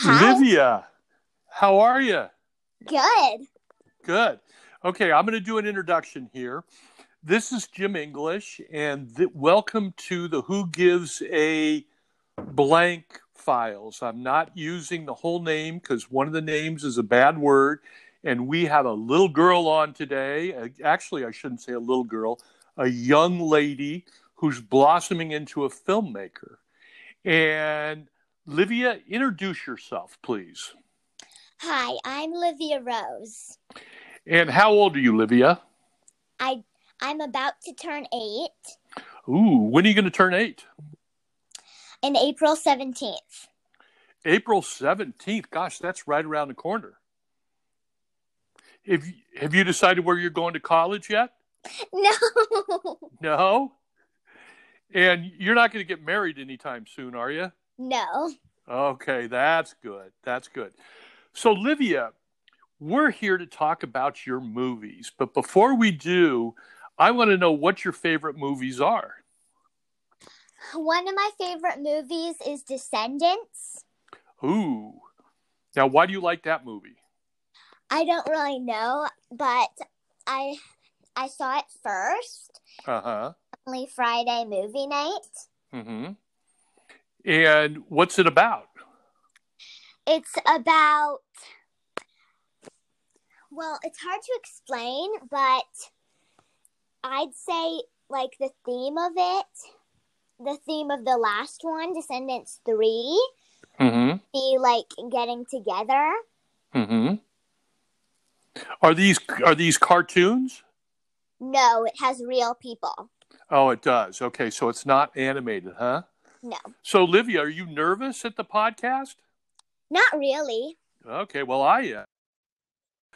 Hi. Livia, how are you? Good. Good. Okay, I'm going to do an introduction here. This is Jim English, and th- welcome to the Who Gives a Blank files. I'm not using the whole name because one of the names is a bad word. And we have a little girl on today. Uh, Actually, I shouldn't say a little girl, a young lady who's blossoming into a filmmaker. And Livia, introduce yourself, please. Hi, I'm Livia Rose. And how old are you, Livia? I I'm about to turn 8 Ooh, when are you going to turn eight? in April 17th. April 17th. Gosh, that's right around the corner. Have, you- have you decided where you're going to college yet? No. No. And you're not going to get married anytime soon, are you? no. Okay, that's good. That's good. So, Livia, we're here to talk about your movies. But before we do, I want to know what your favorite movies are. One of my favorite movies is Descendants. Ooh. Now, why do you like that movie? I don't really know, but I I saw it first, Uh huh. only Friday movie night. hmm And what's it about? It's about well, it's hard to explain, but I'd say like the theme of it, the theme of the last one, Descendants 3, Mm be like getting together. hmm. Mm hmm. Are these are these cartoons? No, it has real people. Oh, it does. Okay, so it's not animated, huh? No. So, Livia, are you nervous at the podcast? Not really. Okay, well, I am.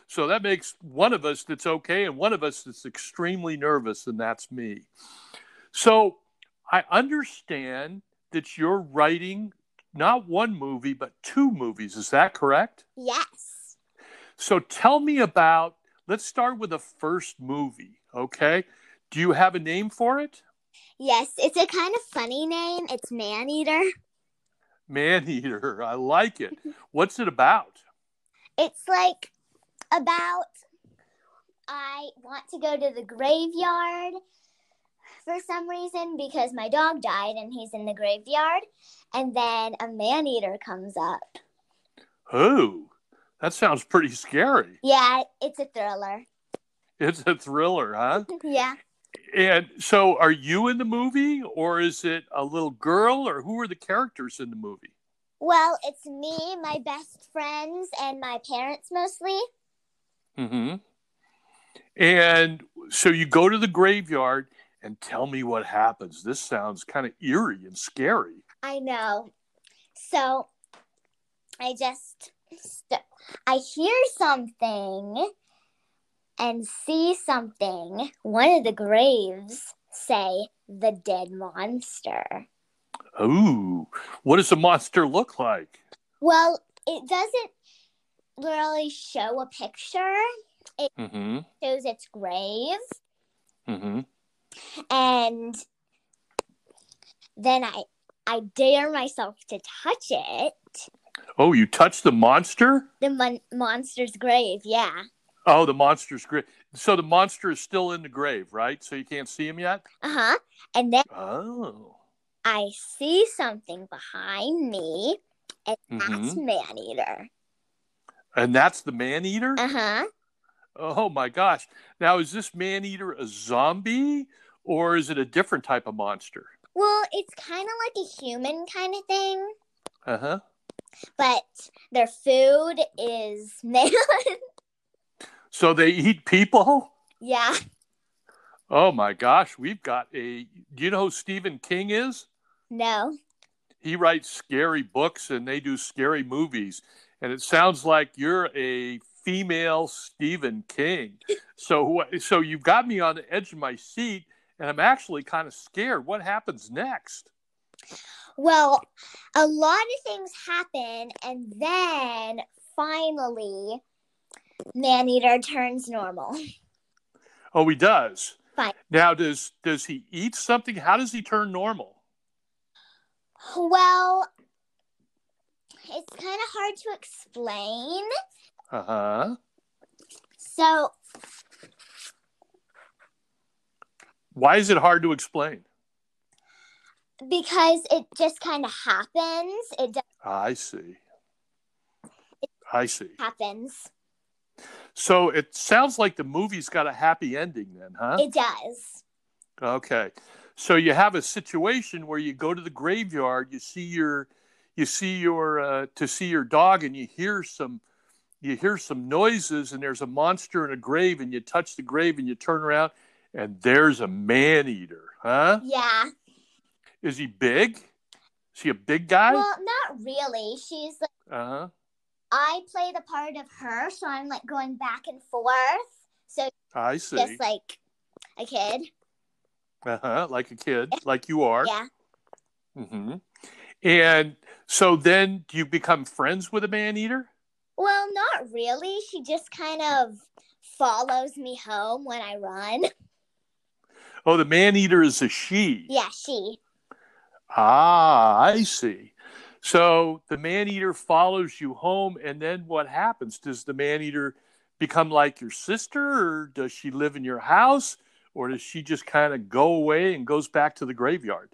So that makes one of us that's okay and one of us that's extremely nervous, and that's me. So I understand that you're writing not one movie, but two movies. Is that correct? Yes. So tell me about, let's start with the first movie, okay? Do you have a name for it? Yes, it's a kind of funny name. It's Man Eater. Man Eater. I like it. What's it about? It's like about I want to go to the graveyard for some reason because my dog died and he's in the graveyard. And then a man eater comes up. Who? That sounds pretty scary. Yeah, it's a thriller. It's a thriller, huh? yeah. And so, are you in the movie, or is it a little girl, or who are the characters in the movie? Well, it's me, my best friends, and my parents mostly. Mm-hmm. And so, you go to the graveyard and tell me what happens. This sounds kind of eerie and scary. I know. So I just st- I hear something and see something. One of the graves say the dead monster. Ooh, what does the monster look like? Well, it doesn't really show a picture. Mm-hmm. It shows its grave Mm-hmm. and then I I dare myself to touch it. Oh, you touch the monster? The mon- monster's grave, yeah. Oh, the monster's grave. So the monster is still in the grave, right? So you can't see him yet. Uh-huh. And then Oh. I see something behind me, and that's Mm-hmm. man eater. And that's the man eater. Uh huh. Oh my gosh. Now, is this man eater a zombie or is it a different type of monster? Well, it's kind of like a human kind of thing, Uh huh. but their food is man. So they eat people? yeah. Oh my gosh. We've got a. Do you know who Stephen King is? No. He writes scary books and they do scary movies. And it sounds like you're a female Stephen King. So, what- so you've got me on the edge of my seat and I'm actually kind of scared. What happens next? Well, a lot of things happen, and then finally, man eater turns normal. Oh, he does. Fine. Now, does does he eat something? How does he turn normal? Well, it's kind of hard to explain. Uh huh. So Why is it hard to explain? because it just kind of happens, it just I see. I see. happens. So it sounds like the movie's got a happy ending, then, huh? It does. Okay. So you have a situation where you go to the graveyard, you see your you see your uh, to see your dog and you hear some you hear some noises and there's a monster in a grave and you touch the grave and you turn around and there's a man eater, huh? Yeah. Is he big? Is he a big guy? Well, not really. She's like, uh-huh. I play the part of her, so I'm like going back and forth, I see. just like a kid. uh-huh. Like a kid, like you are. Yeah. Mm-hmm. And so then do you become friends with a man eater? Well, not really. She just kind of follows me home when I run. Oh, the man eater is a she. Yeah, she. Ah, I see. So the man eater follows you home, and then what happens? Does the man eater become like your sister, or does she live in your house, or does she just kind of go away and goes back to the graveyard?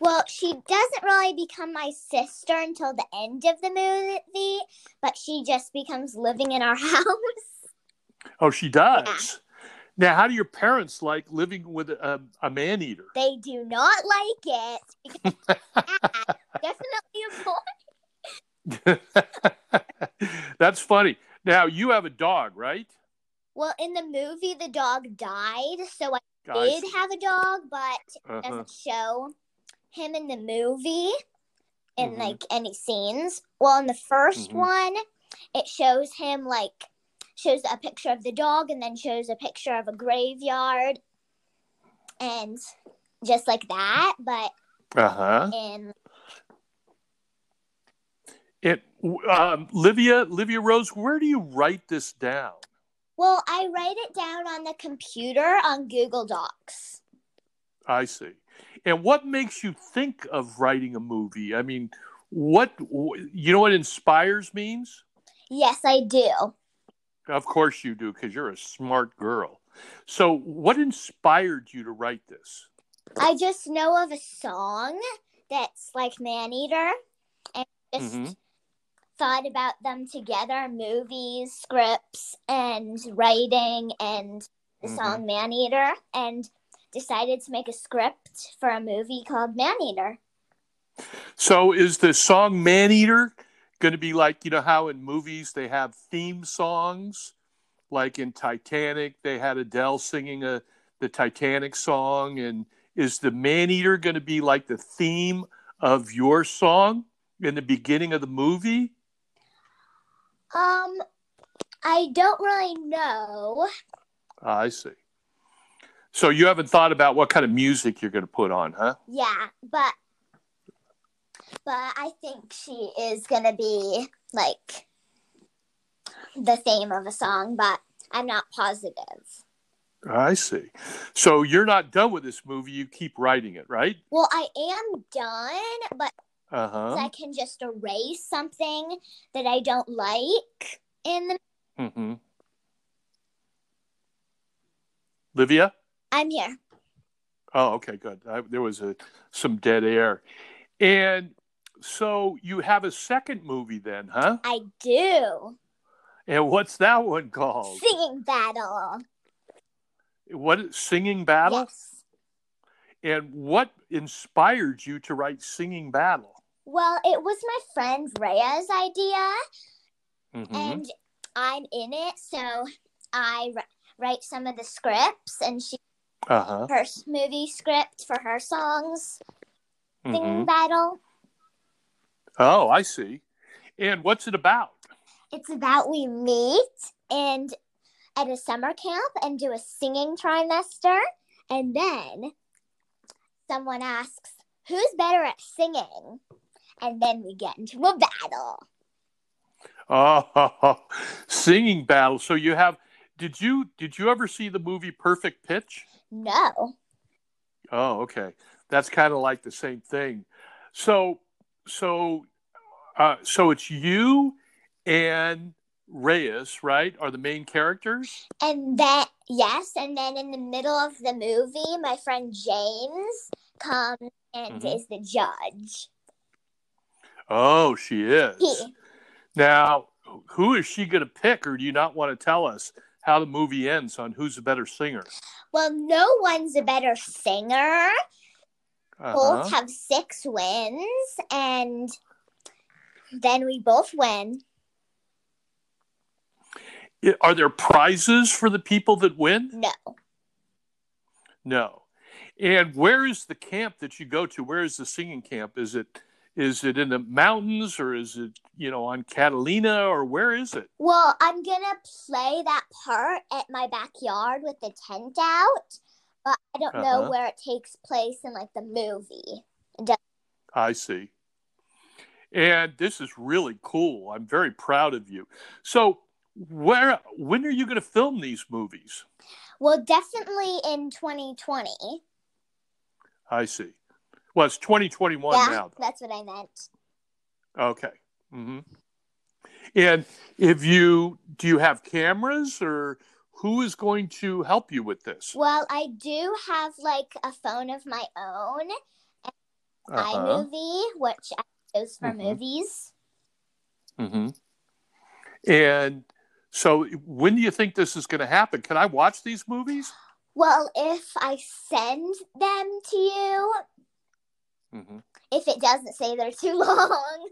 Well, she doesn't really become my sister until the end of the movie, but she just becomes living in our house. Oh, she does. Now, how do your parents like living with a, a man eater? They do not like it because it's definitely a boy. That's funny. Now, you have a dog, right? Well, in the movie, the dog died, so I I did see. have a dog, but it Uh-huh. doesn't show him in the movie in Mhm. like any scenes. Well, in the 1st Mhm. one, it shows him like shows a picture of the dog and then shows a picture of a graveyard and just like that. But Uh-huh. in It, um, Livia, Livia Rose, where do you write this down? well, I write it down on the computer on Google Docs. I see. And what makes you think of writing a movie? I mean, what you know what inspires means? Yes, I do. Of course you do, because you're a smart girl. So, what inspired you to write this? I just know of a song that's like Maneater and just Mhm. thought about them together movies, scripts, and writing, and the Mhm. song Man Eater, and decided to make a script for a movie called Man Eater. So, is the song "Man Eater" going to be like you know how in movies they have theme songs, like in Titanic they had Adele singing a the Titanic song, and is the Man Eater going to be like the theme of your song in the beginning of the movie? Um, I don't really know. Ah, I see. So you haven't thought about what kind of music you're going to put on, huh? Yeah, but but I think she is gonna be like the theme of a song, but I'm not positive. Ah, I see. So you're not done with this movie. You keep writing it, right? Well, I am done, but Uh huh. I can just erase something that I don't like in the Mm-hmm. Livia? I'm here. Oh, okay, good. I, there was a, some dead air. And so you have a second movie then, huh? I do. And what's that one called? Singing battle. What Singing Battle? Yes. And what inspired you to write Singing Battle? Well, it was my friend Rhea's idea Mm-hmm. and I'm in it, so I wri- write some of the scripts and she uh-huh. her s- movie script for her songs, Mhm. Singing Battle. Oh, I see. And what's it about? It's about we meet and at a summer camp and do a singing trimester, and then someone asks, "Who's better at singing?" And then we get into a battle. Oh, Singing Battle. So you have did you did you ever see the movie Perfect Pitch? No, Oh, okay. That's kind of like the same thing. So, so Uh, so it's you and Reyes, right? Are the main characters? And then, yes, and then in the middle of the movie, my friend James comes and Mhm. is the judge. Oh, she is. He, Now, who is she going to pick, or do you not want to tell us how the movie ends on who's the better singer? well, no one's a better singer. Uh-huh. Both have six wins, and then we both win. I- Are there prizes for the people that win? No, No. And where is the camp that you go to? Where is the singing camp? Is it is it in the mountains or is it you know on Catalina or where is it? Well, I'm gonna play that part at my backyard with the tent out, but I don't Uh-huh. know where it takes place in like the movie. I see. And this is really cool. I'm very proud of you. So where when are you going to film these movies? Well, definitely in 2020. I see. Well, it's 2021 yeah, now. though. that's what I meant. Okay. hmm And if you do you have cameras or who is going to help you with this? Well, I do have like a phone of my own, Uh-huh. Uh-huh. iMovie, which I use for Mhm. movies. hmm And so, when do you think this is going to happen? Can I watch these movies? Well, if I send them to you, Mm-hmm. if it doesn't say they're too long.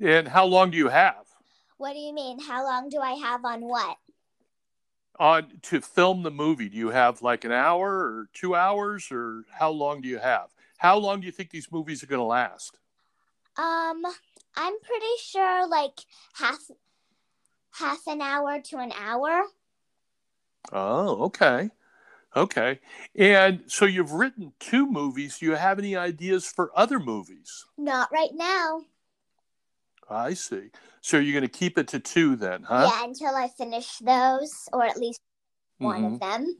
And how long do you have What do you mean? How long do I have on what? on to film the movie? Do you have like an hour or two hours, or how long do you have? How long do you think these movies are going to last? Um, I'm pretty sure like half half an hour to an hour. Oh, okay, okay. And so, you've written two movies. Do you have any ideas for other movies? Not right now. I see. So you're going to keep it to two then, huh? Yeah, until I finish those or at least one Mhm. of them.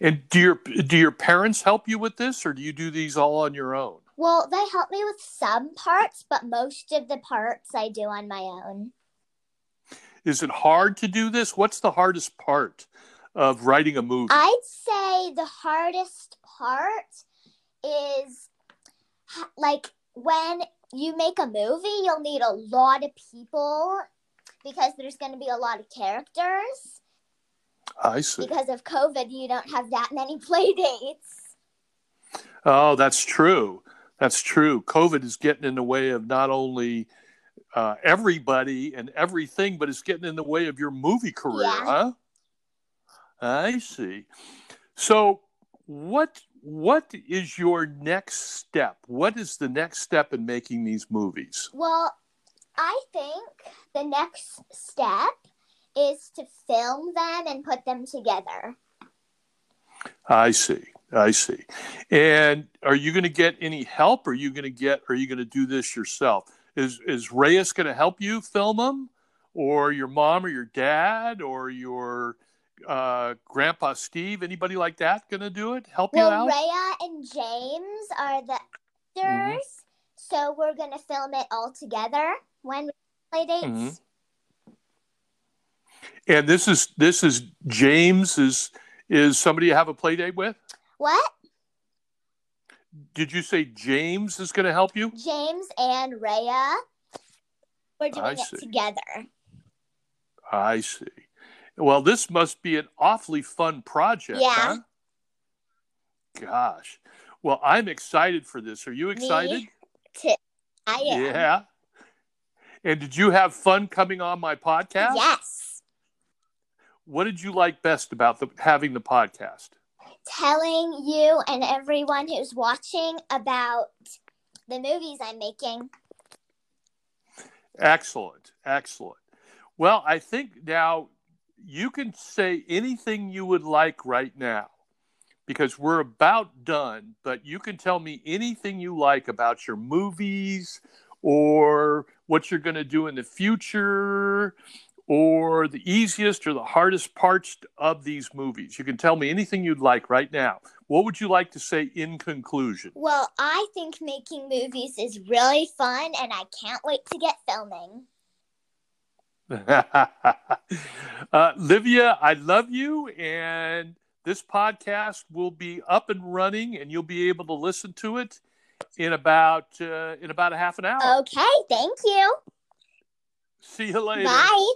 And do your do your parents help you with this, or do you do these all on your own? Well, they help me with some parts, but most of the parts I do on my own. Is it hard to do this? What's the hardest part of writing a movie? I'd say the hardest part is h- like when you make a movie, you'll need a lot of people because there's going to be a lot of characters. I see. Because of COVID, you don't have that many play dates. Oh, that's true. That's true. COVID is getting in the way of not only uh, everybody and everything, but it's getting in the way of your movie career, Yeah. huh? I see. So, what what is your next step? What is the next step in making these movies? Well, I think the next step is to film them and put them together. I see. I see. And are you going to get any help? Are you going to get? Are you going to do this yourself? Is is Reyes going to help you film them, or your mom, or your dad, or your uh, grandpa Steve? Anybody like that going to do it? Help you Well, out? Rhea and James are the Mhm. actors, so we're going to film it all together when we play dates. Mhm. and this is this is James is is somebody you have a play date with? What? Did you say James is going to help you? James and Rhea. We're doing I it see. together. I see. Well, this must be an awfully fun project. Yeah. Huh? Gosh. Well, I'm excited for this. Are you excited? I am. Yeah. And did you have fun coming on my podcast? Yes. What did you like best about the, having the podcast? Telling you and everyone who's watching about the movies I'm making. Excellent. Excellent. Well, I think now you can say anything you would like right now because we're about done, but you can tell me anything you like about your movies or what you're going to do in the future or the easiest or the hardest parts of these movies? You can tell me anything you'd like right now. What would you like to say in conclusion? Well, I think making movies is really fun, and I can't wait to get filming. uh, Livia, I love you. And this podcast will be up and running, and you'll be able to listen to it in about uh, in about a half an hour. Okay, thank you. See you later. Bye.